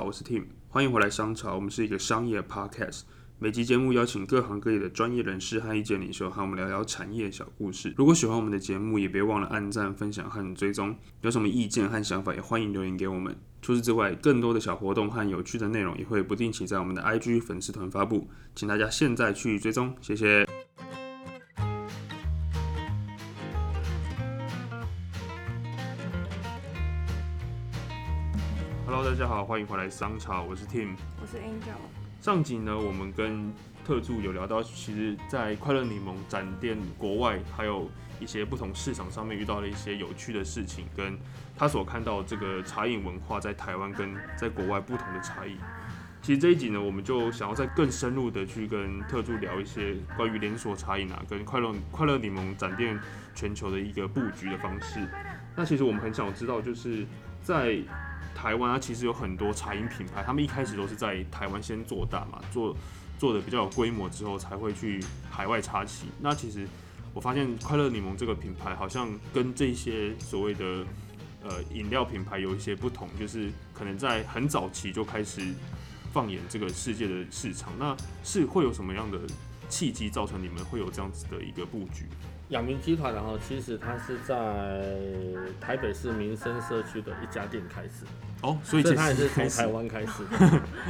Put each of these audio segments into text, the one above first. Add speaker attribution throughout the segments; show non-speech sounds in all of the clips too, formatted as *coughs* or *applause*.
Speaker 1: 我是 Tim，欢迎回来商潮，我们是一个商业 podcast。每集节目邀请各行各业的专业人士和意见领袖，和我们聊聊产业小故事。如果喜欢我们的节目，也别忘了按赞、分享和追踪。有什么意见和想法，也欢迎留言给我们。除此之外，更多的小活动和有趣的内容也会不定期在我们的 IG 粉丝团发布，请大家现在去追踪，谢谢。Hello，大家好，欢迎回来商潮，我是 Tim。
Speaker 2: 我是 Angel，
Speaker 1: 上集呢，我们跟特助有聊到，其实，在快乐柠檬展店国外，还有一些不同市场上面遇到的一些有趣的事情，跟他所看到这个茶饮文化在台湾跟在国外不同的差异。其实这一集呢，我们就想要再更深入的去跟特助聊一些关于连锁茶饮啊，跟快乐快乐柠檬展店全球的一个布局的方式。那其实我们很想知道，就是在台湾它其实有很多茶饮品牌，他们一开始都是在台湾先做大嘛，做做的比较有规模之后，才会去海外插旗。那其实我发现快乐柠檬这个品牌好像跟这些所谓的呃饮料品牌有一些不同，就是可能在很早期就开始放眼这个世界的市场。那是会有什么样的契机造成你们会有这样子的一个布局？
Speaker 3: 亚明集团，然后其实它是在台北市民生社区的一家店开始，
Speaker 1: 哦，所以其
Speaker 3: 所以它也是
Speaker 1: 实
Speaker 3: 从
Speaker 1: 开始
Speaker 3: 台湾开始。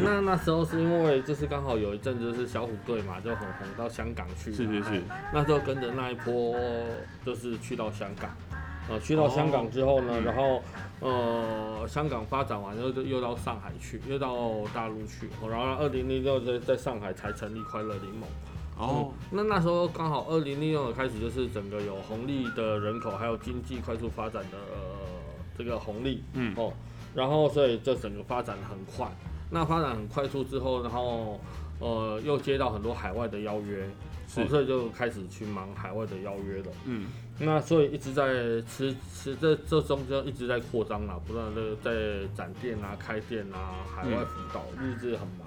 Speaker 3: 那那时候是因为就是刚好有一阵子就是小虎队嘛，就很红到香港去，
Speaker 1: 是是是，
Speaker 3: 那时候跟着那一波就是去到香港，呃，去到香港之后呢，
Speaker 1: 嗯
Speaker 3: 然后呃，香港发展完之后就又到上海去，又到大陆去，哦然后二零零六在在上海才成立快乐柠檬。
Speaker 1: 哦，
Speaker 3: 那那时候刚好二零零六年开始，就是整个有红利的人口，还有经济快速发展的、呃、这个红利，
Speaker 1: 嗯
Speaker 3: 哦，然后所以这整个发展很快。那发展很快速之后，然后呃又接到很多海外的邀约，
Speaker 1: 是
Speaker 3: 哦所以就开始去忙海外的邀约了。
Speaker 1: 嗯，
Speaker 3: 那所以一直在持持这这中间一直在扩张啦，不断的在展店啊、开店啊、海外辅导，日志很忙。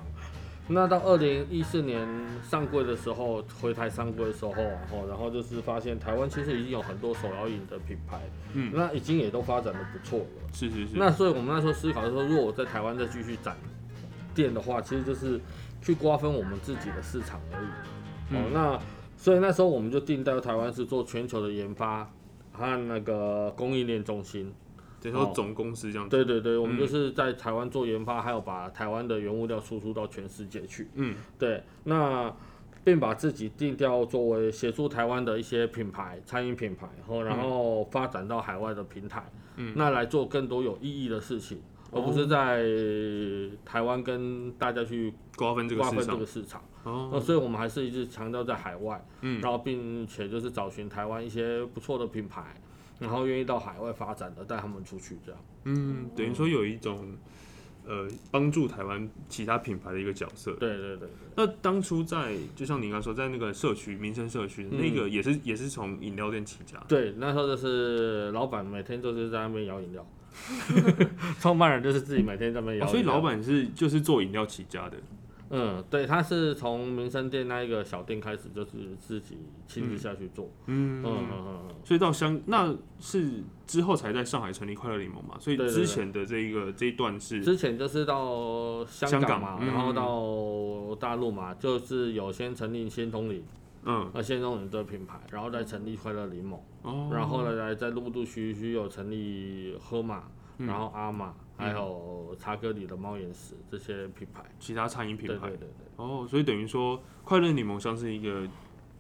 Speaker 3: 那到二零一四年上柜的时候，回台上柜的时候，然后然后就是发现台湾其实已经有很多手摇饮的品牌，
Speaker 1: 嗯
Speaker 3: 那已经也都发展的不错了。
Speaker 1: 是是是，
Speaker 3: 那所以我们那时候思考说，如果我在台湾再继续展店的话，其实就是去瓜分我们自己的市场而已。哦
Speaker 1: 嗯，
Speaker 3: 那所以那时候我们就定在台湾是做全球的研发和那个供应链中心。
Speaker 1: 等
Speaker 3: 哦
Speaker 1: 于说总公司这样子，
Speaker 3: 对对对，我们
Speaker 1: 嗯
Speaker 3: 就是在台湾做研发，还有把台湾的原物料输出到全世界去。
Speaker 1: 嗯。
Speaker 3: 对，那并把自己定调作为协助台湾的一些品牌、餐饮品牌，然后然后发展到海外的平台，
Speaker 1: 嗯哦
Speaker 3: 那来做更多有意义的事情，而不是在台湾跟大家去
Speaker 1: 瓜分这个
Speaker 3: 瓜
Speaker 1: 市
Speaker 3: 分这
Speaker 1: 场
Speaker 3: 个。市场。那
Speaker 1: 哦，
Speaker 3: 所以我们还是一直强调在海外，
Speaker 1: 嗯
Speaker 3: 然后并且就是找寻台湾一些不错的品牌，然后愿意到海外发展的，带他们出去这样。
Speaker 1: 嗯，等于说有一种呃帮助台湾其他品牌的一个角色。
Speaker 3: 对对对
Speaker 1: 那当初在就像你刚刚说，在那个社区民生社区，
Speaker 3: 嗯
Speaker 1: 那个也是也是从饮料店起家。
Speaker 3: 对，那时候就是老板每天就是在那边摇饮料，创办人就是自己每天在那边摇、
Speaker 1: 哦，所以老，板是就是做饮料起家的。
Speaker 3: 嗯，对，他是从民生店那一个小店开始，就是自己亲自下去做，
Speaker 1: 嗯
Speaker 3: 嗯嗯嗯嗯，
Speaker 1: 所以到香那是之后才在上海成立快乐柠檬嘛，所以
Speaker 3: 对对
Speaker 1: 之
Speaker 3: 对
Speaker 1: 前的这一个这一段是
Speaker 3: 之前就是到
Speaker 1: 香
Speaker 3: 香
Speaker 1: 港
Speaker 3: 港嘛，
Speaker 1: 嗯
Speaker 3: 然后到大陆嘛，就是有先成立仙通灵，
Speaker 1: 嗯
Speaker 3: 那仙通灵这个品牌，然后再成立快乐柠檬，
Speaker 1: 哦，
Speaker 3: 然后后来再陆陆续续有成立喝马，
Speaker 1: 嗯
Speaker 3: 然后阿玛，还
Speaker 1: 嗯
Speaker 3: 有茶哥里的猫眼石这些品牌。
Speaker 1: 其他餐饮
Speaker 3: 对
Speaker 1: 品牌
Speaker 3: 对对对，
Speaker 1: 哦，所以等于说快乐柠檬像是一个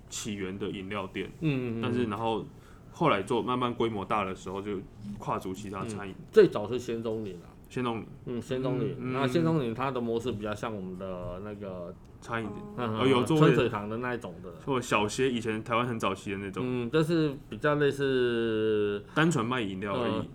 Speaker 1: 起源的饮料店。
Speaker 3: 嗯，嗯嗯
Speaker 1: 但是然后后来做慢慢规模大的时候，就跨足其他餐饮，
Speaker 3: 最早是仙踪岭啊，
Speaker 1: 先弄
Speaker 3: 嗯，仙踪
Speaker 1: 嗯
Speaker 3: 岭，那仙踪岭它的模式比较像我们的那个，
Speaker 1: 餐饮，
Speaker 3: 嗯
Speaker 1: 哦有做
Speaker 3: 春水堂的那一种的，
Speaker 1: 或者小些以前台湾很早期的那种，
Speaker 3: 嗯，就是比较类似，
Speaker 1: 单纯卖饮料而已。
Speaker 3: 呃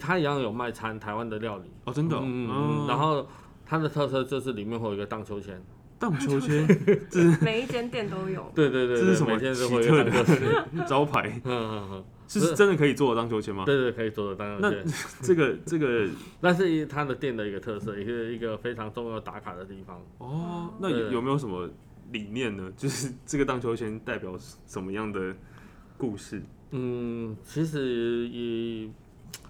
Speaker 3: 它一样有卖餐台湾的料理，
Speaker 1: 哦，真的哦，
Speaker 3: 嗯嗯，
Speaker 1: 嗯
Speaker 3: 嗯然后它的特色就是里面会有一个荡秋千，
Speaker 1: 荡秋
Speaker 3: *laughs*
Speaker 1: 千 *laughs*
Speaker 2: 每一间店都有。
Speaker 3: 对对对，
Speaker 1: 这
Speaker 3: 对
Speaker 1: 是什么
Speaker 3: 每天都
Speaker 1: 奇
Speaker 3: 会有一
Speaker 1: 特
Speaker 3: 个荡秋千， *laughs*
Speaker 1: 的招牌，
Speaker 3: 嗯嗯嗯
Speaker 1: 是真的可以做的荡秋千吗
Speaker 3: 嗯，？对对，可以做的荡秋千，
Speaker 1: 这个这
Speaker 3: *laughs*
Speaker 1: 个
Speaker 3: 那是它的店的一个特色，也是一个非常重要打卡的地方。
Speaker 1: 哦，那有
Speaker 3: 对
Speaker 1: 有没有什么理念呢？ *laughs* 就是这个荡秋千代表什么样的故事？
Speaker 3: 嗯，其实也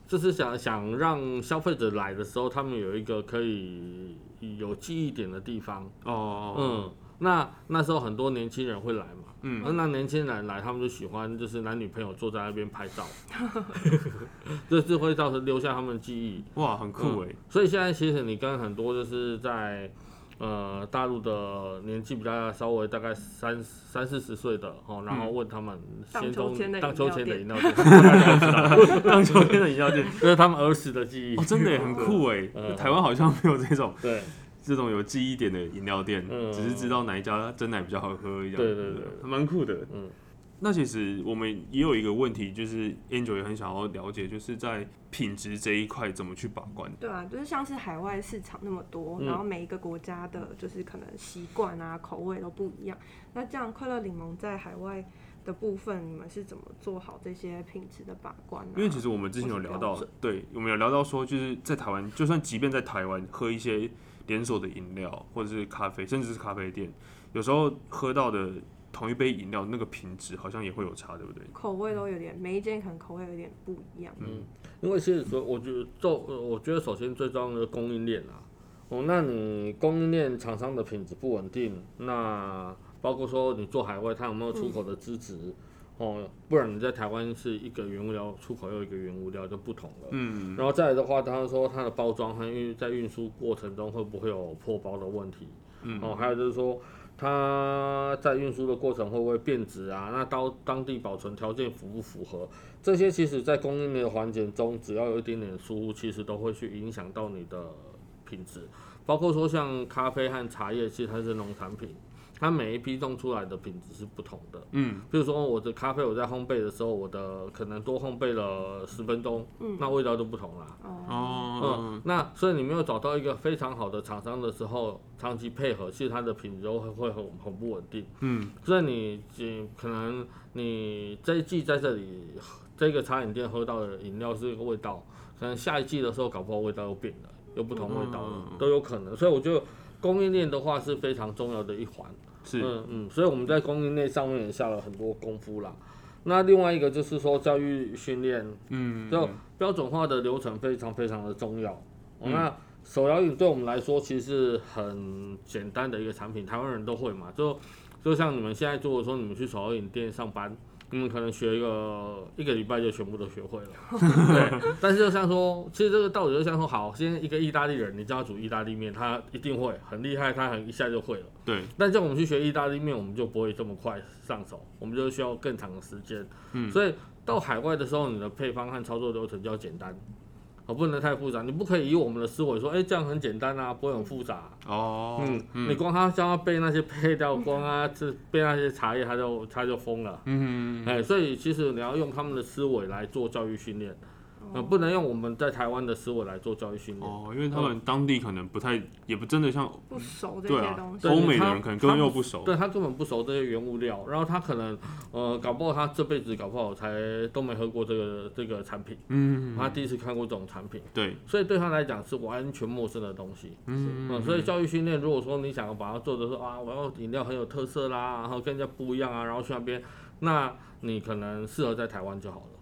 Speaker 3: 这就是想想让消费者来的时候，他们有一个可以有记忆点的地方。
Speaker 1: 哦，
Speaker 3: 嗯，那那时候很多年轻人会来嘛，
Speaker 1: 嗯
Speaker 3: 啊那年轻人来，他们就喜欢就是男女朋友坐在那边拍照，这是会造成留下他们记忆。
Speaker 1: 哇，很酷哎、
Speaker 3: 所以现在其实你跟很多就是在呃大陆的年纪比较稍微大概三三四十岁的哦，然后问他们
Speaker 2: 荡
Speaker 3: 先
Speaker 2: 秋
Speaker 3: 中
Speaker 2: 千的
Speaker 3: 荡
Speaker 2: 饮
Speaker 3: 秋
Speaker 2: 料
Speaker 3: 千的
Speaker 2: 店
Speaker 3: 饮料店，
Speaker 1: *laughs*
Speaker 3: 这
Speaker 1: 当秋天的饮料店，
Speaker 3: 是他们儿时的记忆
Speaker 1: 哦，。真的耶很酷哎、
Speaker 3: 嗯
Speaker 1: 台湾好像没有这种
Speaker 3: 对
Speaker 1: 这种有记忆点的饮料店，
Speaker 3: 嗯
Speaker 1: 只是知道哪一家真奶比较好喝一样。
Speaker 3: 对对对
Speaker 1: 还蛮酷的。
Speaker 3: 嗯，
Speaker 1: 那其实我们也有一个问题，就是 Angel 也很想要了解，就是在品质这一块怎么去把关。
Speaker 2: 对啊，就是像是海外市场那么多，
Speaker 3: 嗯
Speaker 2: 然后每一个国家的就是可能习惯啊、口味都不一样。那这样快乐柠檬在海外的部分，你们是怎么做好这些品质的把关呢、啊
Speaker 1: 因为其实我们之前有聊到
Speaker 2: 或是标准，
Speaker 1: 对，我们有聊到说，就是在台湾，就算即便在台湾喝一些连锁的饮料或者是咖啡，甚至是咖啡店，有时候喝到的同一杯饮料，那个品质好像也会有差，对不对？
Speaker 2: 口味都有点，每一间可能口味有点不一样。
Speaker 3: 嗯，因为其实说，我觉得做，我觉得首先最重要的供应链啊，哦，那你供应链厂商的品质不稳定，那包括说你做海外，它有没有出口的支持？哦，不然你在台湾是一个原物料出口又一个原物料就不同了。
Speaker 1: 嗯，
Speaker 3: 然后再来的话，他说它的包装和运在运输过程中会不会有破包的问题？
Speaker 1: 嗯
Speaker 3: 哦，还有就是说它在运输的过程会不会变质啊？那当当地保存条件符不符合？这些其实在供应链的环节中，只要有一点点疏忽，其实都会去影响到你的品质。包括说像咖啡和茶叶，其实它是农产品，它每一批种出来的品质是不同的。
Speaker 1: 嗯，
Speaker 3: 比如说我的咖啡，我在烘焙的时候，我的可能多烘焙了十分钟，
Speaker 2: 嗯
Speaker 3: 那味道就不同啦。
Speaker 2: 哦，
Speaker 1: 哦
Speaker 3: 嗯，，那所以你没有找到一个非常好的厂商的时候，长期配合，其实它的品质都会会很很不稳定。
Speaker 1: 嗯，
Speaker 3: 所以你你可能你这一季在这里这个茶饮店喝到的饮料是一个味道，可能下一季的时候搞不好味道又变了，又不同味道了，
Speaker 1: 嗯嗯嗯
Speaker 3: 都有可能。所以我觉得供应链的话是非常重要的一环。
Speaker 1: 是，
Speaker 3: 嗯嗯，所以我们在供应链上面也下了很多功夫啦。那另外一个就是说教育训练，
Speaker 1: 嗯，
Speaker 3: 就标准化的流程非常非常的重要。哦、
Speaker 1: 嗯
Speaker 3: 那手摇饮对我们来说其实是很简单的一个产品，台湾人都会嘛。就就像你们现在如果说你们去手摇饮店上班，你们可能学一个一个礼拜就全部都
Speaker 1: *laughs*
Speaker 3: 学会了。对，但是就像说，其实这个道理就像说，好，现在一个意大利人，你教他煮意大利面，他一定会很厉害，他很一下就会了。
Speaker 1: 对，
Speaker 3: 但像我们去学意大利面，我们就不会这么快上手，我们就需要更长的时间。
Speaker 1: 嗯
Speaker 3: 所以到海外的时候，你的配方和操作流程就要简单，哦，不能太复杂。你不可以以我们的思维说，哎、这样很简单啊，不会很复杂、
Speaker 1: 哦，
Speaker 3: 嗯，你光他教他背那些配料，光啊，这背那些茶叶，他就他就疯了。
Speaker 1: 嗯，
Speaker 3: 哎、所以其实你要用他们的思维来做教育训练，呃，不能用我们在台湾的思维来做教育训练。
Speaker 1: 哦，因为他们当地可能不太，也不真的像，
Speaker 2: 不熟这
Speaker 1: 对
Speaker 2: 些
Speaker 1: 啊
Speaker 2: 东，西，
Speaker 3: 对
Speaker 1: 欧美的人可能根本又不熟，
Speaker 3: 对他根本不熟这些原物料，然后他可能呃，搞不好他这辈子搞不好才都没喝过这个这个产品，
Speaker 1: 嗯，
Speaker 3: 他第一次看过这种产品，
Speaker 1: 对，
Speaker 3: 所以对他来讲是完全陌生的东西。
Speaker 1: 嗯，
Speaker 3: 嗯，所以教育训练，如果说你想要把它做的说啊，我要饮料很有特色啦，然后跟人家不一样啊，然后去那边，那你可能适合在台湾就好了，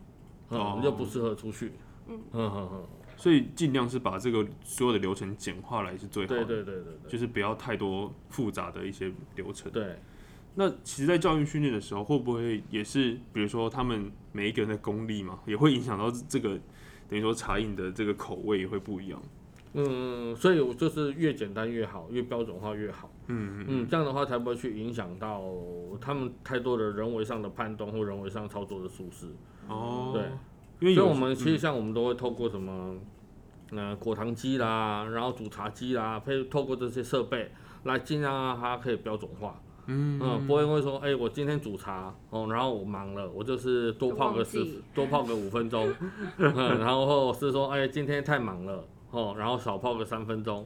Speaker 3: 嗯，
Speaker 1: 哦
Speaker 3: 你就不适合出去。
Speaker 2: 嗯
Speaker 3: 嗯哼哼，
Speaker 1: 所以尽量是把这个所有的流程简化来是最好
Speaker 3: 对
Speaker 1: 的，
Speaker 3: 对对对
Speaker 1: 就是不要太多复杂的一些流程
Speaker 3: 对。对，
Speaker 1: 那其实，在教育训练的时候，会不会也是，比如说他们每一个人的功力嘛，也会影响到这个，等于说茶饮的这个口味也会不一样。
Speaker 3: 嗯，所以我就是越简单越好，越标准化越好。
Speaker 1: 嗯
Speaker 3: 嗯，这样的话才不会去影响到他们太多的人为上的判断或人为上操作的疏失。
Speaker 1: 哦，
Speaker 3: 对，
Speaker 1: 因为
Speaker 3: 所
Speaker 1: 有
Speaker 3: 以
Speaker 1: 嗯
Speaker 3: 我们其实像我们都会透过什么，呃，果糖机啦，然后煮茶机啦，配透过这些设备来尽量让它可以标准化。
Speaker 1: 嗯
Speaker 3: 嗯，不会因为说，哎、我今天煮茶哦，然后我忙了，我就是多泡个
Speaker 2: 就
Speaker 3: 十
Speaker 2: 忘记，
Speaker 3: 多泡个五
Speaker 1: *laughs*
Speaker 3: 分钟，嗯，然后是说，哎、今天太忙了哦，然后少泡个三分钟，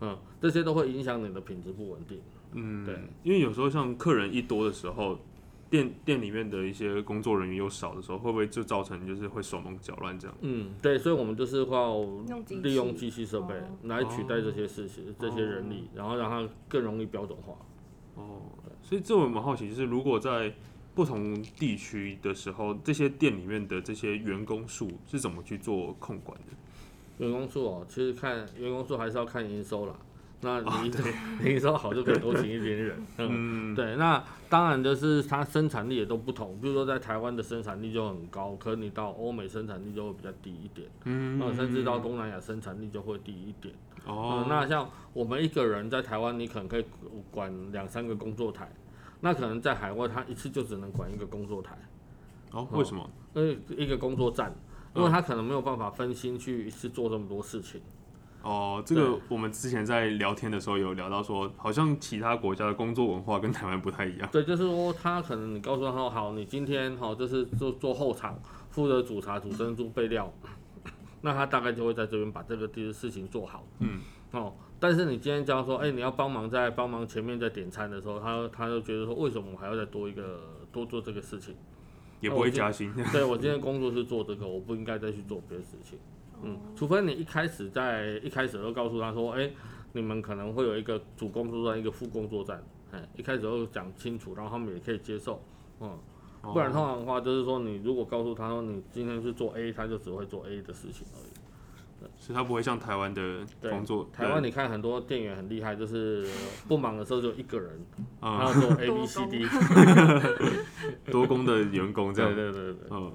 Speaker 3: 嗯，这些都会影响你的品质不稳定。
Speaker 1: 嗯，
Speaker 3: 对，
Speaker 1: 因为有时候像客人一多的时候，店店里面的一些工作人员又少的时候，会不会就造成就是会手忙脚乱这样？
Speaker 3: 嗯，对，所以我们就是靠
Speaker 2: 用机
Speaker 3: 利用
Speaker 2: 器
Speaker 3: 机器设备
Speaker 2: 哦
Speaker 3: 来取代这些事
Speaker 1: 哦
Speaker 3: 情、这些人力，然后让它更容易标准化。
Speaker 1: 哦，所以这我蛮好奇，就是如果在不同地区的时候，这些店里面的这些员工数是怎么去做控管的？
Speaker 3: 员工数哦，其实看员工数还是要看营收啦。那你、你 *laughs* 营收好就可以多请一
Speaker 1: *laughs*
Speaker 3: 点人，嗯，
Speaker 1: 哦嗯，
Speaker 3: 对。那当然就是它生产力也都不同，比如说在台湾的生产力就很高，可你到欧美生产力就会比较低一点，
Speaker 1: 嗯
Speaker 3: 那哦甚至到东南亚生产力就会低一点。
Speaker 1: 哦
Speaker 3: 哦，，那像我们一个人在台湾，你可能可以管两三个工作台，那可能在海外他一次就只能管一个工作台，
Speaker 1: 哦，为什么？
Speaker 3: 呃，一个工作站，因为他可能没有办法分心去一次做这么多事情。
Speaker 1: 哦，这个我们之前在聊天的时候有聊到说，好像其他国家的工作文化跟台湾不太一样。
Speaker 3: 对，就是说他可能你告诉他说好，你今天好、就是做做后场，负责煮茶、煮珍珠、备料， *laughs* 那他大概就会在这边把这个第一事情做好。
Speaker 1: 嗯，
Speaker 3: 哦，但是你今天叫他说，哎、你要帮忙在帮忙前面在点餐的时候，他他就觉得说，为什么我还要再多一个多做这个事情？
Speaker 1: 也不会加薪。
Speaker 3: 对哦我今天工作是做这个，我不应该再去做别的事情。嗯，除非你一开始在一开始就告诉他说，哎、你们可能会有一个主工作站，一个副工作站，哎、一开始就讲清楚，然后他们也可以接受。嗯，
Speaker 1: 哦
Speaker 3: 不然通常的话就是说，你如果告诉他说你今天是做 A，他就只会做 A 的事情而已。
Speaker 1: 所以他不会像台湾的
Speaker 3: 对
Speaker 1: 工作，
Speaker 3: 台湾你看很多店员很厉害，就是不忙的时候就一个人，
Speaker 1: 嗯
Speaker 3: 他要做 A
Speaker 2: 多
Speaker 3: B C D。
Speaker 1: 多工的员工这
Speaker 3: 对
Speaker 1: 样。
Speaker 3: 对对对，
Speaker 1: 嗯，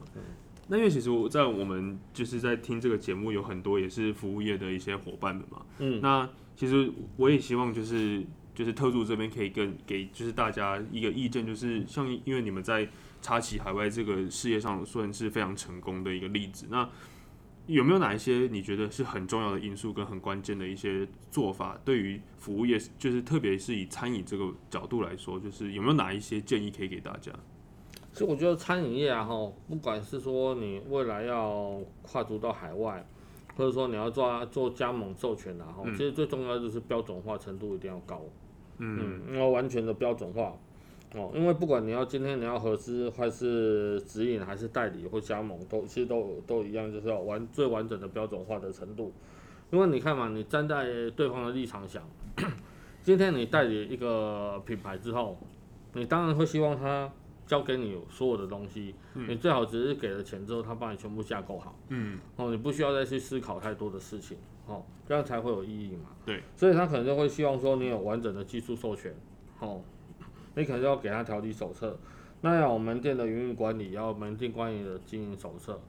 Speaker 1: 那因为其实我在我们就是在听这个节目，有很多也是服务业的一些伙伴们嘛。
Speaker 3: 嗯，
Speaker 1: 那其实我也希望就是就是特助这边可以跟给就是大家一个意见，就是像因为你们在插旗海外这个事业上算是非常成功的一个例子，那。有没有哪一些你觉得是很重要的因素跟很关键的一些做法？对于服务业，就是特别是以餐饮这个角度来说，就是有没有哪一些建议可以给大家？
Speaker 3: 所以我觉得餐饮业啊，哈，不管是说你未来要跨足到海外，或者说你要做做加盟授权啊，哈、
Speaker 1: 嗯
Speaker 3: 其实最重要就是标准化程度一定要高，
Speaker 1: 嗯，
Speaker 3: 嗯，要完全的标准化。哦，因为不管你要今天你要合资还是直营还是代理或加盟，都其实都都一样，就是要完最完整的标准化的程度。因为你看嘛，你站在对方的立场想， *clears throat* 今天你代理一个品牌之后，你当然会希望他交给你所有的东西，你最好只是给了钱之后，他帮你全部架构好。
Speaker 1: 嗯，
Speaker 3: 哦，你不需要再去思考太多的事情，哦，这样才会有意义嘛。
Speaker 1: 对，
Speaker 3: 所以他可能就会希望说你有完整的技术授权，哦，你可能就要给他条例手册，那要有门店的营运管理，要有门店管理的经营手册，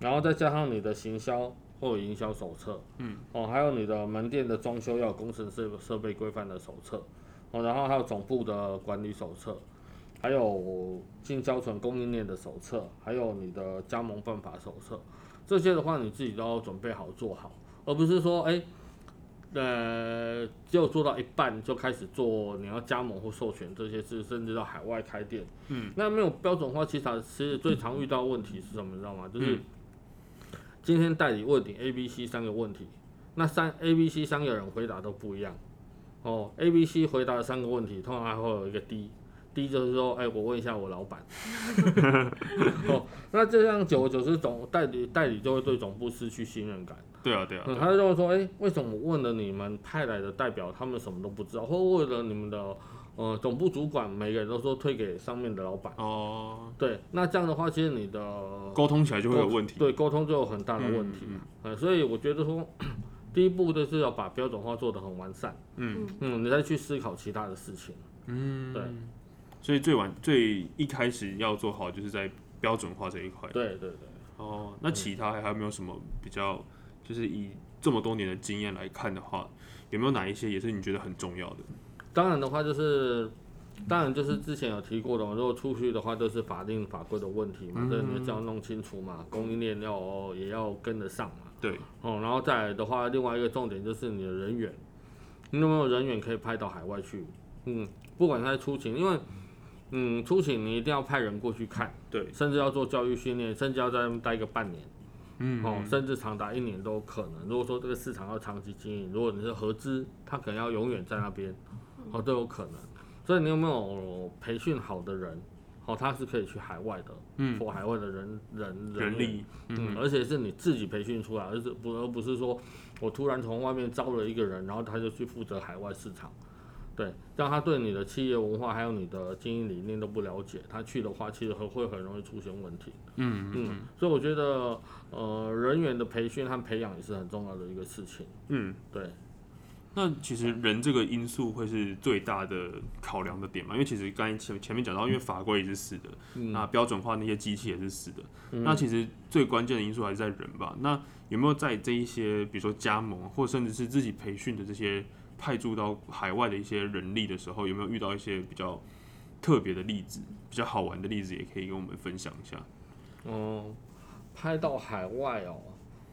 Speaker 3: 然后再加上你的行销或有营销手册，嗯，哦，还有你的门店的装修要有工程设设备规范的手册，哦，然后还有总部的管理手册。还有进销存供应链的手册，还有你的加盟办法手册，这些的话你自己都要准备好做好，而不是说哎、呃，只有做到一半就开始做你要加盟或授权这些事，甚至到海外开店。嗯，那没有标准化，其实其实最常遇到的问题是什么，你知道吗？就是、
Speaker 1: 嗯
Speaker 3: 今天代理问你 A、B、C 三个问题，那三 A、B、C 三个人回答都不一样。哦，A、B、C 回答的三个问题，通常还会有一个 D。D 就是说，哎、我问一下我老板。哦，那这样久而久之，总代理代理就会对总部失去信任感。
Speaker 1: 对啊，对啊，对啊
Speaker 3: 嗯，他就会说，哎、为什么我问了你们派来的代表，他们什么都不知道，或问了你们的呃总部主管，每个人都说推给上面的老板。
Speaker 1: 哦，
Speaker 3: 对，那这样的话，其实你的
Speaker 1: 沟通起来就会有问题。
Speaker 3: 对沟通就有很大的问题。
Speaker 1: 嗯
Speaker 3: 嗯所以我觉得说， *clears throat* 第一步就是要把标准化做得很完善，
Speaker 1: 嗯
Speaker 3: 嗯，你再去思考其他的事情。
Speaker 1: 嗯，
Speaker 3: 对。
Speaker 1: 所以最晚最一开始要做好，就是在标准化这一块。
Speaker 3: 对对对。
Speaker 1: 哦，那其他还还有没有什么比较，就是以这么多年的经验来看的话，有没有哪一些也是你觉得很重要的？
Speaker 3: 当然的话就是，当然就是之前有提过的嘛，如果出去的话就是法定法规的问题
Speaker 1: 嗯
Speaker 3: 嘛，这、你就要弄清楚嘛，供应链要也要跟得上嘛。
Speaker 1: 对，
Speaker 3: 哦，然后再来的话，另外一个重点就是你的人员，你有没有人员可以派到海外去？嗯，不管他在出勤，因为嗯出勤你一定要派人过去看，
Speaker 1: 对，
Speaker 3: 甚至要做教育训练，甚至要在那边待个半年。
Speaker 1: 嗯，
Speaker 3: 哦，甚至长达一年都有可能。如果说这个市场要长期经营，如果你是合资，它可能要永远在那边，哦，都有可能。所以你有没有培训好的人？哦，他是可以去海外的，
Speaker 1: 嗯，
Speaker 3: 或海外的人人
Speaker 1: 人
Speaker 3: 员
Speaker 1: 力，
Speaker 3: 嗯，
Speaker 1: 嗯，
Speaker 3: 而且是你自己培训出来，而是不而不是说我突然从外面招了一个人，然后他就去负责海外市场。对，让他对你的企业文化还有你的经营理念都不了解，他去的话其实很会很容易出现问题。
Speaker 1: 嗯
Speaker 3: 嗯，所以我觉得呃人员的培训和培养也是很重要的一个事情。
Speaker 1: 嗯，
Speaker 3: 对，
Speaker 1: 那其实人这个因素会是最大的考量的点嘛，因为其实刚才前前面讲到，因为法规也是死的，
Speaker 3: 嗯
Speaker 1: 那标准化那些机器也是死的，
Speaker 3: 嗯
Speaker 1: 那其实最关键的因素还是在人吧。那有没有在这一些，比如说加盟或甚至是自己培训的这些派驻到海外的一些人力的时候，有没有遇到一些比较特别的例子，比较好玩的例子，也可以跟我们分享一下，
Speaker 3: 嗯，拍到海外哦，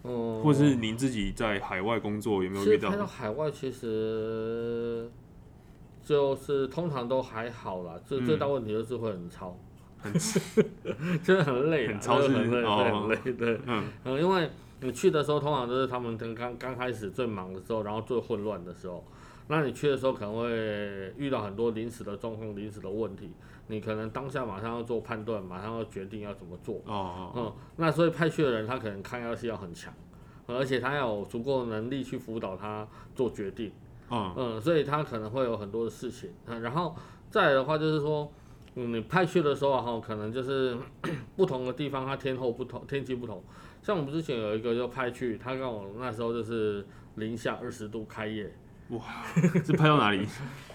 Speaker 3: 嗯，
Speaker 1: 或是您自己在海外工作有没有
Speaker 3: 其
Speaker 1: 遇
Speaker 3: 实
Speaker 1: 到
Speaker 3: 拍？到海外其实就是通常都还好啦，
Speaker 1: 嗯
Speaker 3: 最最大问题就是会
Speaker 1: *laughs*
Speaker 3: 很超， *laughs* 很就是很累啊，
Speaker 1: 很超
Speaker 3: 就是很累，
Speaker 1: 哦
Speaker 3: 对很累，对，
Speaker 1: 嗯
Speaker 3: 嗯，因为你去的时候通常都是他们刚刚刚开始最忙的时候，然后最混乱的时候。那你去的时候可能会遇到很多临时的状况、临时的问题，你可能当下马上要做判断，马上要决定要怎么做。
Speaker 1: 哦，
Speaker 3: 嗯，那所以派去的人他可能抗压性要很强，呃而且他要有足够的能力去辅导他做决定，
Speaker 1: 嗯
Speaker 3: 嗯，所以他可能会有很多的事情。嗯，然后再来的话就是说，嗯，你派去的时候哈、可能就是 *coughs* 不同的地方它天候不同，天气不同。像我们之前有一个就派去，他跟我那时候就是零下二十度开业，
Speaker 1: 嗯，是拍到哪
Speaker 3: *laughs*
Speaker 1: 里？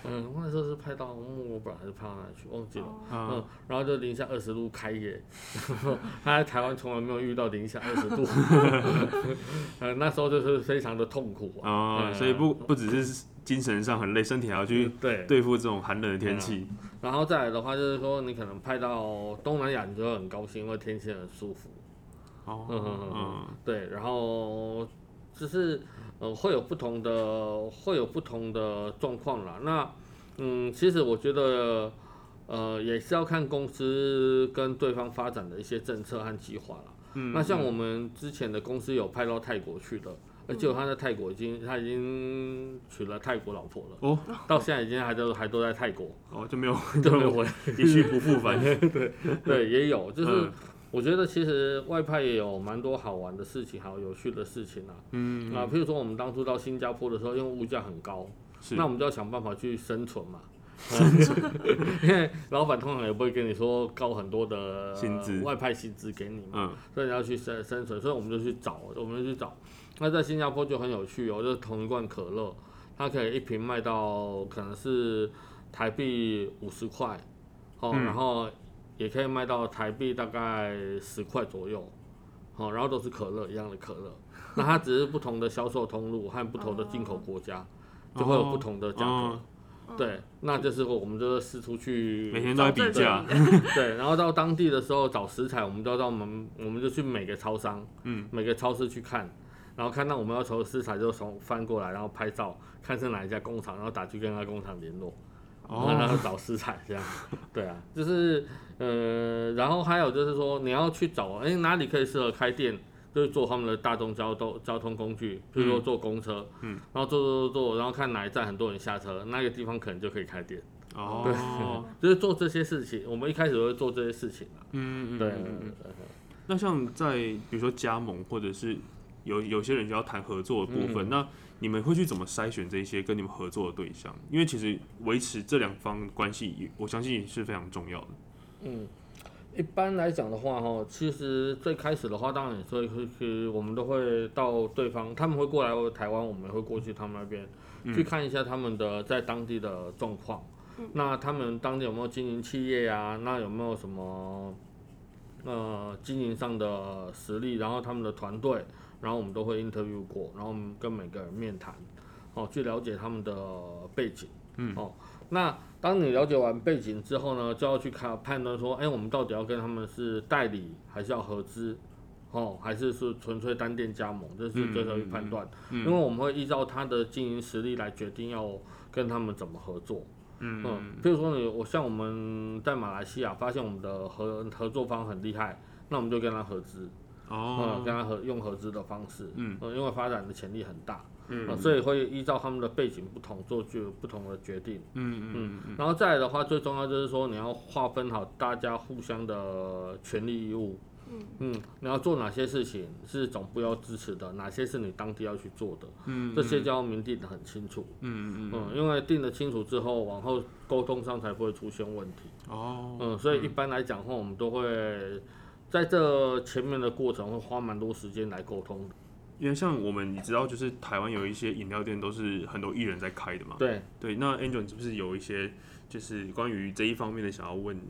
Speaker 3: 嗯，那时候是派到墨尔本还是派到哪里去，忘记了。
Speaker 2: 哦
Speaker 1: 嗯
Speaker 3: 嗯，然后就零下二十度开业，他在台湾从来没有遇到零下二十度， *laughs* 呃，那时候就是非常的痛苦啊。
Speaker 1: 啊，
Speaker 3: 嗯
Speaker 1: 所以不不只是精神上很累，身体还要去
Speaker 3: 对，
Speaker 1: 对付这种寒冷的天气。
Speaker 3: 然后再来的话就是说，你可能派到东南亚，你就会很高兴，因为天气很舒服。
Speaker 1: 哦，
Speaker 3: 嗯嗯
Speaker 1: 嗯
Speaker 3: 对，然后就是呃会有不同的会有不同的状况啦。那嗯，其实我觉得呃也是要看公司跟对方发展的一些政策和计划啦。
Speaker 1: 嗯
Speaker 3: 那像我们之前的公司有派到泰国去的，而且他在泰国已经他已经娶了泰国老婆了，
Speaker 1: 哦
Speaker 3: 到现在已经还都还都在泰国， *laughs*
Speaker 1: 哦就没有
Speaker 3: 对
Speaker 1: 就没
Speaker 3: 不
Speaker 1: 有 *laughs*
Speaker 3: 对？
Speaker 1: 一去不复
Speaker 3: *laughs*
Speaker 1: 返。
Speaker 3: 对，也有，就是
Speaker 1: 嗯
Speaker 3: 我觉得其实外派也有蛮多好玩的事情，还有有趣的事情啊。
Speaker 1: 嗯，
Speaker 3: 啊，譬如说我们当初到新加坡的时候，因为物价很高，
Speaker 1: 是
Speaker 3: 那我们就要想办法去生存嘛。 *laughs* 因为老板通常也不会跟你说高很多的
Speaker 1: 薪资
Speaker 3: 外派薪资给你嘛，
Speaker 1: 嗯
Speaker 3: 所以你要去生生存，所以我们就去找，我们就去找。那在新加坡就很有趣哦，就是同一罐可乐，它可以一瓶卖到可能是台币五十块，哦，
Speaker 1: 嗯
Speaker 3: 然后也可以卖到台币大概十块左右，哦，然后都是可乐一样的可乐，那它只是不同的销售通路和不同的进口
Speaker 1: *laughs*
Speaker 3: 国家，就会有不同的价格。
Speaker 1: 哦
Speaker 3: 对，那就是我们就是四处去
Speaker 1: 每天都在比价
Speaker 2: 找。
Speaker 3: 对，然后到当地的时候找食材，我们都要到我们我们就去每个超商，
Speaker 1: 嗯，
Speaker 3: 每个超市去看，然后看到我们要求的食材就从翻过来，然后拍照，看是哪一家工厂，然后打去跟那工厂联络，然后
Speaker 1: 哦，
Speaker 3: 让他找食材这样。对啊，就是呃，然后还有就是说你要去找，哎，哪里可以适合开店。就是坐他们的大众交通交通工具，比如说坐公车，
Speaker 1: 嗯，
Speaker 3: 然后坐坐坐坐，然后看哪一站很多人下车，那个地方可能就可以开店。 *laughs*
Speaker 1: 哦，
Speaker 3: 就是做这些事情，我们一开始都会做这些事情啊。
Speaker 1: 嗯嗯
Speaker 3: *laughs* 对，
Speaker 1: 嗯。
Speaker 3: 嗯
Speaker 1: 那像在比如说加盟或者是有有些人就要谈合作的部分，
Speaker 3: 嗯
Speaker 1: 那你们会去怎么筛选这些跟你们合作的对象？因为其实维持这两方关系也，我相信是非常重要的。
Speaker 3: 一般来讲的话，哈，其实最开始的话，当然也所以会去，我们都会到对方，他们会过来台湾，我们也会过去他们那边、去看一下他们的在当地的状况。那他们当地有没有经营企业呀、那有没有什么呃经营上的实力？然后他们的团队，然后我们都会 interview 过，然后我们跟每个人面谈，哦，去了解他们的背景。嗯，哦，那当你了解完背景之后呢，就要去看判断说，哎、我们到底要跟他们是代理，还是要合资，哦，还是是纯粹单店加盟，这是最后一判断。
Speaker 1: 嗯
Speaker 3: 因为我们会依照他的经营实力来决定要跟他们怎么合作。嗯譬如说你我像我们在马来西亚发现我们的合合作方很厉害，那我们就跟他合资，嗯，
Speaker 1: 哦，
Speaker 3: 跟他合用合资的方式，
Speaker 1: 嗯
Speaker 3: 呃因为发展的潜力很大，
Speaker 1: 嗯
Speaker 3: 呃所以会依照他们的背景不同做决不同的决定。
Speaker 1: 嗯嗯
Speaker 3: 然后再来的话，最重要就是说你要划分好大家互相的权利义务。
Speaker 1: 嗯
Speaker 2: 嗯
Speaker 3: 嗯，你要做哪些事情是总部要支持的，哪些是你当地要去做的，
Speaker 1: 嗯，
Speaker 3: 这些就要明定的很清楚。
Speaker 1: 嗯嗯嗯
Speaker 3: 嗯，因为定的清楚之后，往后沟通上才不会出现问题。
Speaker 1: 哦，
Speaker 3: 嗯，所以一般来讲的话，我们都会在这前面的过程会花蛮多时间来沟通的。
Speaker 1: 因为像我们你知道，就是台湾有一些饮料店都是很多艺人在开的嘛。
Speaker 3: 对，
Speaker 1: 对，那 Angel 你是不是有一些就是关于这一方面的想要问，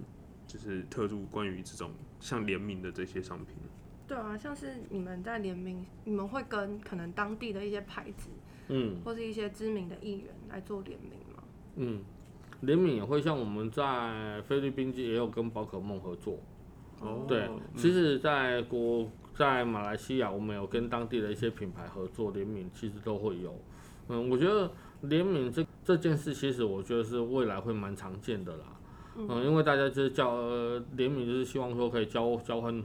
Speaker 1: 就是特助关于这种像联名的这些商品？
Speaker 2: 对啊，像是你们在联名，你们会跟可能当地的一些牌子
Speaker 3: 嗯
Speaker 2: 或是一些知名的艺人来做联名吗？
Speaker 3: 嗯，联名也会像我们在菲律宾也有跟宝可梦合作。
Speaker 1: 哦
Speaker 3: 对
Speaker 1: 嗯，
Speaker 3: 其实在国在马来西亚，我们有跟当地的一些品牌合作联名，其实都会有。嗯，我觉得联名这这件事，其实我觉得是未来会蛮常见的啦。嗯，因为大家就是交呃联名，就是希望说可以交交换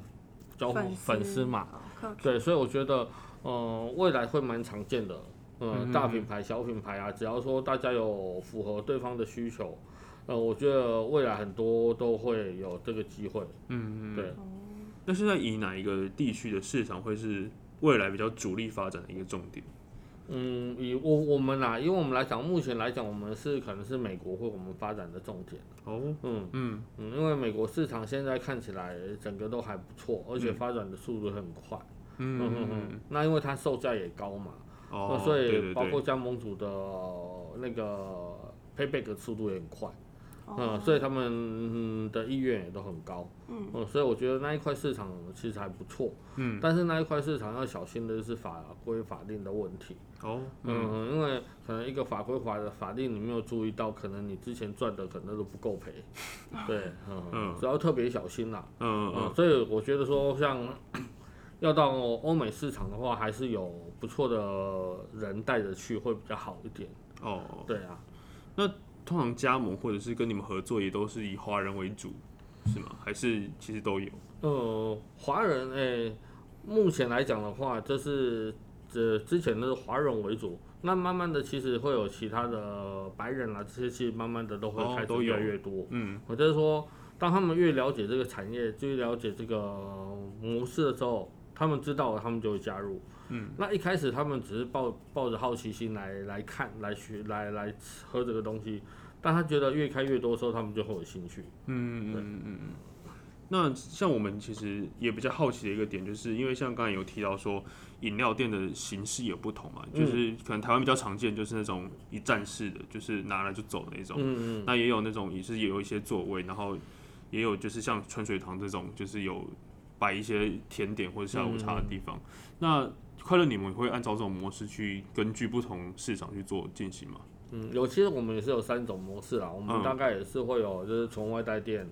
Speaker 3: 交换
Speaker 2: 粉
Speaker 3: 粉丝嘛。，
Speaker 2: 哦客群
Speaker 3: 对，所以我觉得，呃，未来会蛮常见的，嗯，
Speaker 1: 嗯
Speaker 3: 大品牌、小品牌啊，只要说大家有符合对方的需求，呃，我觉得未来很多都会有这个机会。
Speaker 1: 嗯嗯，
Speaker 3: 对。
Speaker 2: 哦，
Speaker 1: 那现在以哪一个地区的市场会是未来比较主力发展的一个重点？
Speaker 3: 嗯，以我我们啦，因为我们来讲，目前来讲，我们是可能是美国会我们发展的重点。
Speaker 1: 哦，
Speaker 3: 嗯
Speaker 1: 嗯
Speaker 3: 嗯，因为美国市场现在看起来整个都还不错，而且发展的速度很快。
Speaker 1: 嗯嗯
Speaker 3: 嗯嗯
Speaker 1: 嗯，
Speaker 3: 嗯，那因为它售价也高嘛，
Speaker 1: 哦，
Speaker 3: 所
Speaker 1: 对
Speaker 3: 以
Speaker 1: 对
Speaker 3: 包
Speaker 1: 对
Speaker 3: 括加盟主的那个 payback 的速度也很快。嗯，
Speaker 2: 哦
Speaker 3: 所以他们的意愿也都很高。
Speaker 2: 嗯
Speaker 3: 嗯，所以我觉得那一块市场其实还不错。
Speaker 1: 嗯
Speaker 3: 但是那一块市场要小心的就是法规法令的问题。
Speaker 1: 哦，嗯
Speaker 3: 嗯，因为可能一个法规法的法令你没有注意到，可能你之前赚的可能都不够赔，对，嗯，
Speaker 1: 嗯
Speaker 3: 所以要特别小心啦。
Speaker 1: 嗯
Speaker 3: 嗯
Speaker 1: 嗯，
Speaker 3: 所以我觉得说像要到欧美市场的话，还是有不错的人带着去会比较好一点。
Speaker 1: 哦，
Speaker 3: 对啊，
Speaker 1: 通常加盟或者是跟你们合作也都是以华人为主，是吗？还是其实都有？
Speaker 3: 呃，华人诶、目前来讲的话，就是这之前都是华人为主。那慢慢的，其实会有其他的白人啊，这些其实慢慢的都会
Speaker 1: 哦
Speaker 3: 开
Speaker 1: 都
Speaker 3: 始越来
Speaker 1: 有
Speaker 3: 越多。
Speaker 1: 嗯
Speaker 3: 我就是说，当他们越了解这个产业，越了解这个模式的时候，他们知道了，他们就会加入。
Speaker 1: 嗯，
Speaker 3: 那一开始他们只是抱抱着好奇心来来看、来学、来来喝这个东西，但他觉得越开越多的时候，他们就会有兴趣。
Speaker 1: 嗯嗯
Speaker 3: 对
Speaker 1: 嗯嗯嗯。那像我们其实也比较好奇的一个点，就是因为像刚才有提到说，饮料店的形式也不同嘛，
Speaker 3: 嗯
Speaker 1: 就是可能台湾比较常见就是那种一站式的，就是拿了就走的那种。
Speaker 3: 嗯嗯，
Speaker 1: 那也有那种也是有一些座位，然后也有就是像春水堂这种，就是有摆一些甜点或者下午茶的地方。那快乐你们会按照这种模式去根据不同市场去做进行吗？
Speaker 3: 嗯，有其实我们也是有三种模式啦，我
Speaker 1: 嗯
Speaker 3: 们大概也是会有就是纯外带店，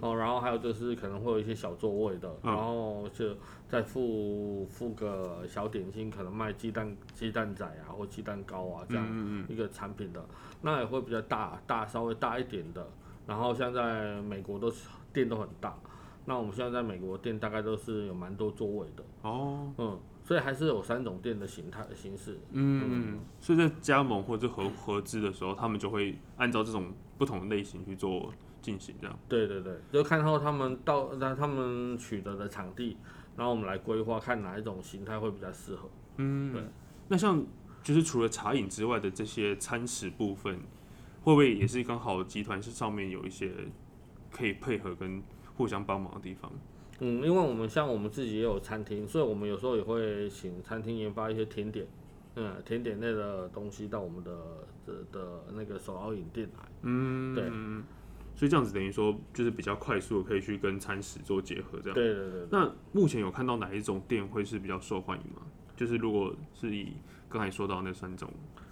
Speaker 3: 哦，然后还有就是可能会有一些小座位的，
Speaker 1: 嗯
Speaker 3: 然后就再附附个小点心，可能卖鸡蛋鸡蛋仔啊或鸡蛋糕啊这样
Speaker 1: 嗯嗯
Speaker 3: 一个产品的，那也会比较大大稍微大一点的，然后像在美国都是店都很大，那我们现在在美国店大概都是有蛮多座位的，
Speaker 1: 嗯，哦，
Speaker 3: 嗯，所以还是有三种店的形态形式，
Speaker 1: 嗯嗯，所以在加盟或者合合资的时候，他们就会按照这种不同的类型去做进行，这样。
Speaker 3: 对对对，就看后他们到那他们取得的场地，然后我们来规划看哪一种形态会比较适合。对
Speaker 1: 嗯，那像就是除了茶饮之外的这些餐食部分，会不会也是刚好集团是上面有一些可以配合跟互相帮忙的地方？
Speaker 3: 嗯，因为我们像我们自己也有餐厅，所以我们有时候也会请餐厅研发一些甜点，嗯，甜点类的东西到我们的的的那个手摇饮店来。
Speaker 1: 嗯，
Speaker 3: 对。
Speaker 1: 所以这样子等于说，就是比较快速的可以去跟餐食做结合，这样。
Speaker 3: 对对对对，
Speaker 1: 那目前有看到哪一种店会是比较受欢迎吗？就是如果是以刚才说到那三种，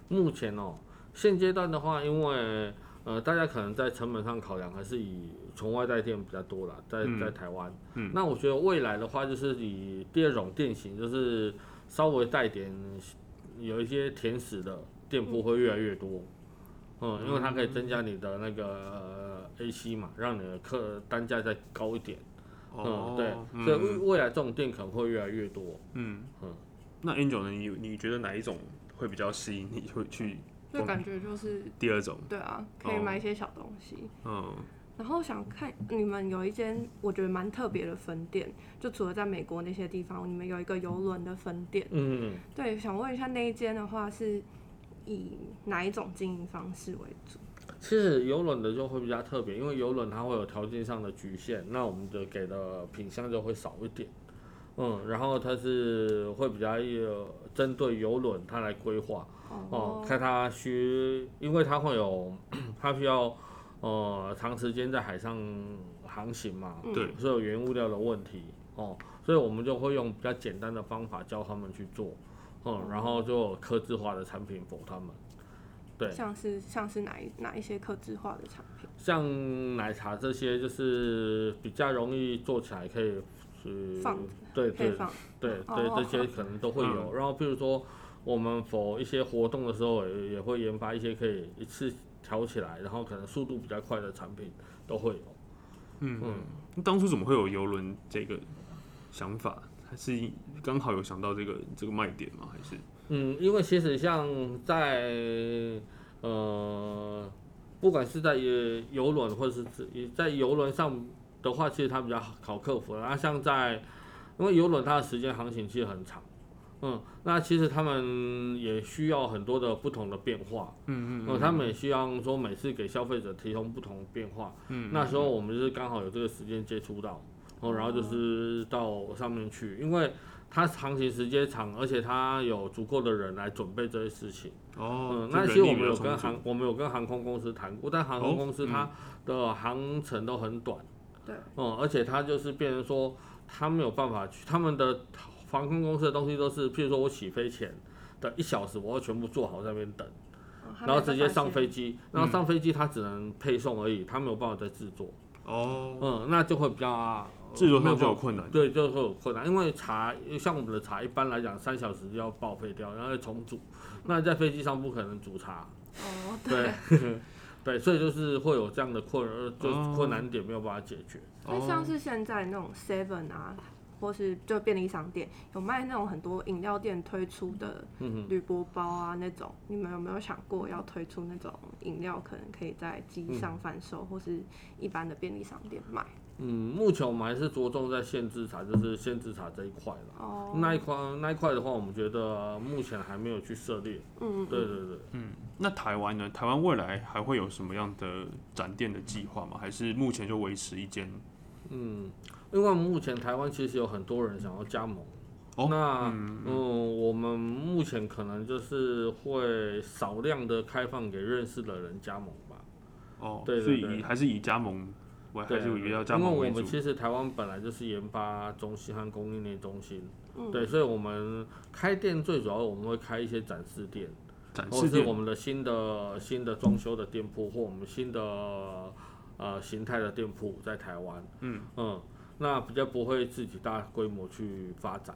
Speaker 3: 目前哦，现阶段的话，因为呃，大家可能在成本上考量，还是以从外带店比较多啦，在
Speaker 1: 嗯
Speaker 3: 在台湾。
Speaker 1: 嗯
Speaker 3: 那我觉得未来的话，就是以第二种店型，就是稍微带点有一些甜食的店铺会越来越多。嗯，因为它可以增加你的那个、呃、AC 嘛，让你的客单价再高一点。
Speaker 1: 哦，
Speaker 3: 嗯，对，所以未
Speaker 1: 嗯
Speaker 3: 未来这种店可能会越来越多。
Speaker 1: 嗯
Speaker 3: 嗯
Speaker 1: 那 Angel 呢？你你觉得哪一种会比较吸引你会去
Speaker 2: 就感觉就是
Speaker 1: 第二种？
Speaker 2: 对啊，可以
Speaker 1: 哦
Speaker 2: 买一些小东西，
Speaker 1: 嗯，
Speaker 2: 然后想看你们有一间我觉得蛮特别的分店，就除了在美国那些地方，你们有一个游轮的分店。
Speaker 3: 嗯，
Speaker 2: 对，想问一下那一间的话是以哪一种经营方式为主？
Speaker 3: 其实游轮的就会比较特别，因为游轮它会有条件上的局限，那我们的给的品相就会少一点。嗯，然后它是会比较有针对游轮它来规划哦，看它需，因为它会有 *clears throat* 它需要呃长时间在海上航行嘛，
Speaker 2: 嗯
Speaker 1: 对
Speaker 3: 所以有原物料的问题哦，所以我们就会用比较简单的方法教他们去做，嗯，然后就有客制化的产品否他们。对，
Speaker 2: 像是像是哪一哪一些客制化的产品？
Speaker 3: 像奶茶这些就是比较容易做起来，可以是
Speaker 2: 放
Speaker 3: 对
Speaker 2: 配
Speaker 3: 对
Speaker 2: 方
Speaker 3: 对
Speaker 2: 哦嗯
Speaker 3: 对，这些可能都会有。然后譬如说我们否一些活动的时候，也也会研发一些可以一次调起来，然后可能速度比较快的产品都会有。
Speaker 1: 嗯，那当初怎么会有游轮这个想法？还是刚好有想到这个这个卖点吗？还是
Speaker 3: 嗯，因为其实像在呃，不管是在呃游轮或者是自在游轮上的话，其实它比较好考克服。然后像在，因为游轮它的时间航行其实很长，嗯，那其实他们也需要很多的不同的变化，嗯嗯，呃，他们也希望说每次给消费者提供不同的变化，嗯，那时候我们就是刚好有这个时间接触到，哦，然后就是到上面去，因为。它航行时间长，而且它有足够的人来准备这些事情。
Speaker 1: 哦
Speaker 3: 嗯，，
Speaker 1: 这
Speaker 3: 那其
Speaker 1: 人
Speaker 3: 实
Speaker 1: 力
Speaker 3: 我
Speaker 1: 比
Speaker 3: 们
Speaker 1: 较
Speaker 3: 有
Speaker 1: 充
Speaker 3: 跟
Speaker 1: 足
Speaker 3: 航，我们有跟航空公司谈过，但航空
Speaker 1: 哦
Speaker 3: 公司它的航程都很短，
Speaker 2: 对，
Speaker 3: 嗯，而且它就是变成说，它没有办法去，他们的航空公司的东西都是，譬如说我起飞前的一小时，我要全部做好在那边等，
Speaker 2: 哦它
Speaker 3: 然后
Speaker 2: 没办
Speaker 3: 直接
Speaker 2: 法
Speaker 3: 上
Speaker 2: 先
Speaker 3: 飞机，然后上飞机它只能配送而已，它没有办法再制作，
Speaker 1: 哦，
Speaker 3: 嗯，那就会比较啊
Speaker 1: 制作
Speaker 3: 没有
Speaker 1: 上就有
Speaker 3: 办法
Speaker 1: 困难。
Speaker 3: 对，就会有困难，因为茶像我们的茶一般来讲三小时就要报废掉，然后再重煮，那在飞机上不可能煮茶。
Speaker 2: 哦， *laughs*
Speaker 3: 对，对，所以就是会有这样的困扰，就是
Speaker 1: 哦
Speaker 3: 困难点没有办法解决。
Speaker 2: 那哦像是现在那种 Seven 啊，或是就便利商店有卖那种很多饮料店推出的
Speaker 3: 嗯
Speaker 2: 铝箔包啊那种，你们有没有想过要推出那种饮料，可能可以在机上贩售，或是一般的便利商店卖？
Speaker 3: 嗯，目前我们还是着重在限制茶，就是限制茶这一块啦。
Speaker 2: 哦，
Speaker 3: 那一块那一块的话，我们觉得目前还没有去涉猎。
Speaker 2: 嗯，
Speaker 3: 对对对，
Speaker 1: 那台湾呢？台湾未来还会有什么样的展店的计划吗？还是目前就维持一间？
Speaker 3: 嗯，因为目前台湾其实有很多人想要加盟。
Speaker 1: 哦
Speaker 3: 那嗯我们目前可能就是会少量的开放给认识的人加盟吧。
Speaker 1: 哦，
Speaker 3: 对对
Speaker 1: 所
Speaker 3: 对
Speaker 1: 以以还是以加盟为，啊还
Speaker 3: 对，啊
Speaker 1: 是以要加
Speaker 3: 因为
Speaker 1: 盟
Speaker 3: 我
Speaker 1: 为
Speaker 3: 们
Speaker 1: 主。
Speaker 3: 其实台湾本来就是研发中心和供应链中心，对，所以我们开店最主要我们会开一些展示店，
Speaker 1: 展
Speaker 3: 或
Speaker 1: 示
Speaker 3: 者是我
Speaker 1: 店
Speaker 3: 们的新的新的装修的店铺，或我们新的呃形态的店铺在台湾，嗯那比较不会自己大规模去发展，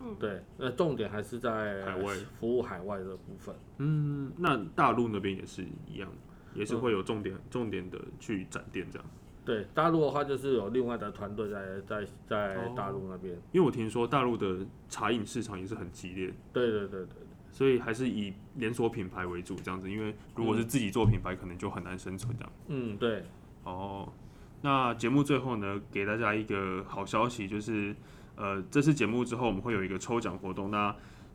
Speaker 3: 嗯，对，那重点还是在
Speaker 1: 海外
Speaker 3: 服务海外的部分。
Speaker 1: 嗯，那大陆那边也是一样，也
Speaker 3: 嗯
Speaker 1: 是会有重点、重点的去展店这样。
Speaker 3: 对大陆的话，就是有另外的团队在在在
Speaker 1: 哦
Speaker 3: 大陆那边，
Speaker 1: 因为我听说大陆的茶饮市场也是很激烈，
Speaker 3: 对对对对。
Speaker 1: 所以还是以连锁品牌为主这样子。因为如果是自己做品牌，可能就很难生存这样。
Speaker 3: 嗯，对，
Speaker 1: 哦，那节目最后呢，给大家一个好消息，就是呃，这次节目之后我们会有一个抽奖活动，那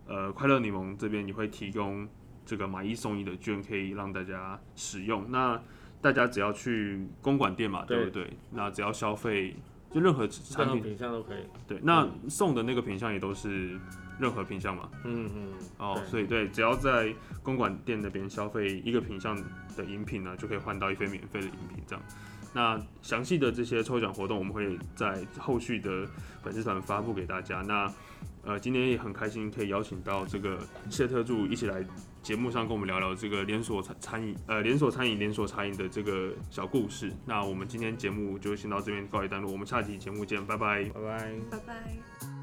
Speaker 1: 呃，快乐柠檬这边也会提供这个买一送一的券，可以让大家使用。那大家只要去公馆店嘛，对不对？那只要消费就任何
Speaker 3: 任
Speaker 1: 产
Speaker 3: 何
Speaker 1: 品，
Speaker 3: 品相都可以。
Speaker 1: 对，那送的那个品相也都是任何品相嘛。
Speaker 3: 嗯嗯。
Speaker 1: 哦
Speaker 3: 对，
Speaker 1: 所以对，只要在公馆店那边消费一个品项的饮品呢，就可以换到一份免费的饮品这样。那详细的这些抽奖活动，我们会在后续的粉丝团发布给大家。那呃，今天也很开心可以邀请到这个谢特助一起来节目上跟我们聊聊这个连锁餐餐饮呃连锁餐饮连锁餐饮的这个小故事。那我们今天节目就先到这边告一段落，我们下期节目见，拜拜。
Speaker 3: 拜拜。
Speaker 2: 拜拜。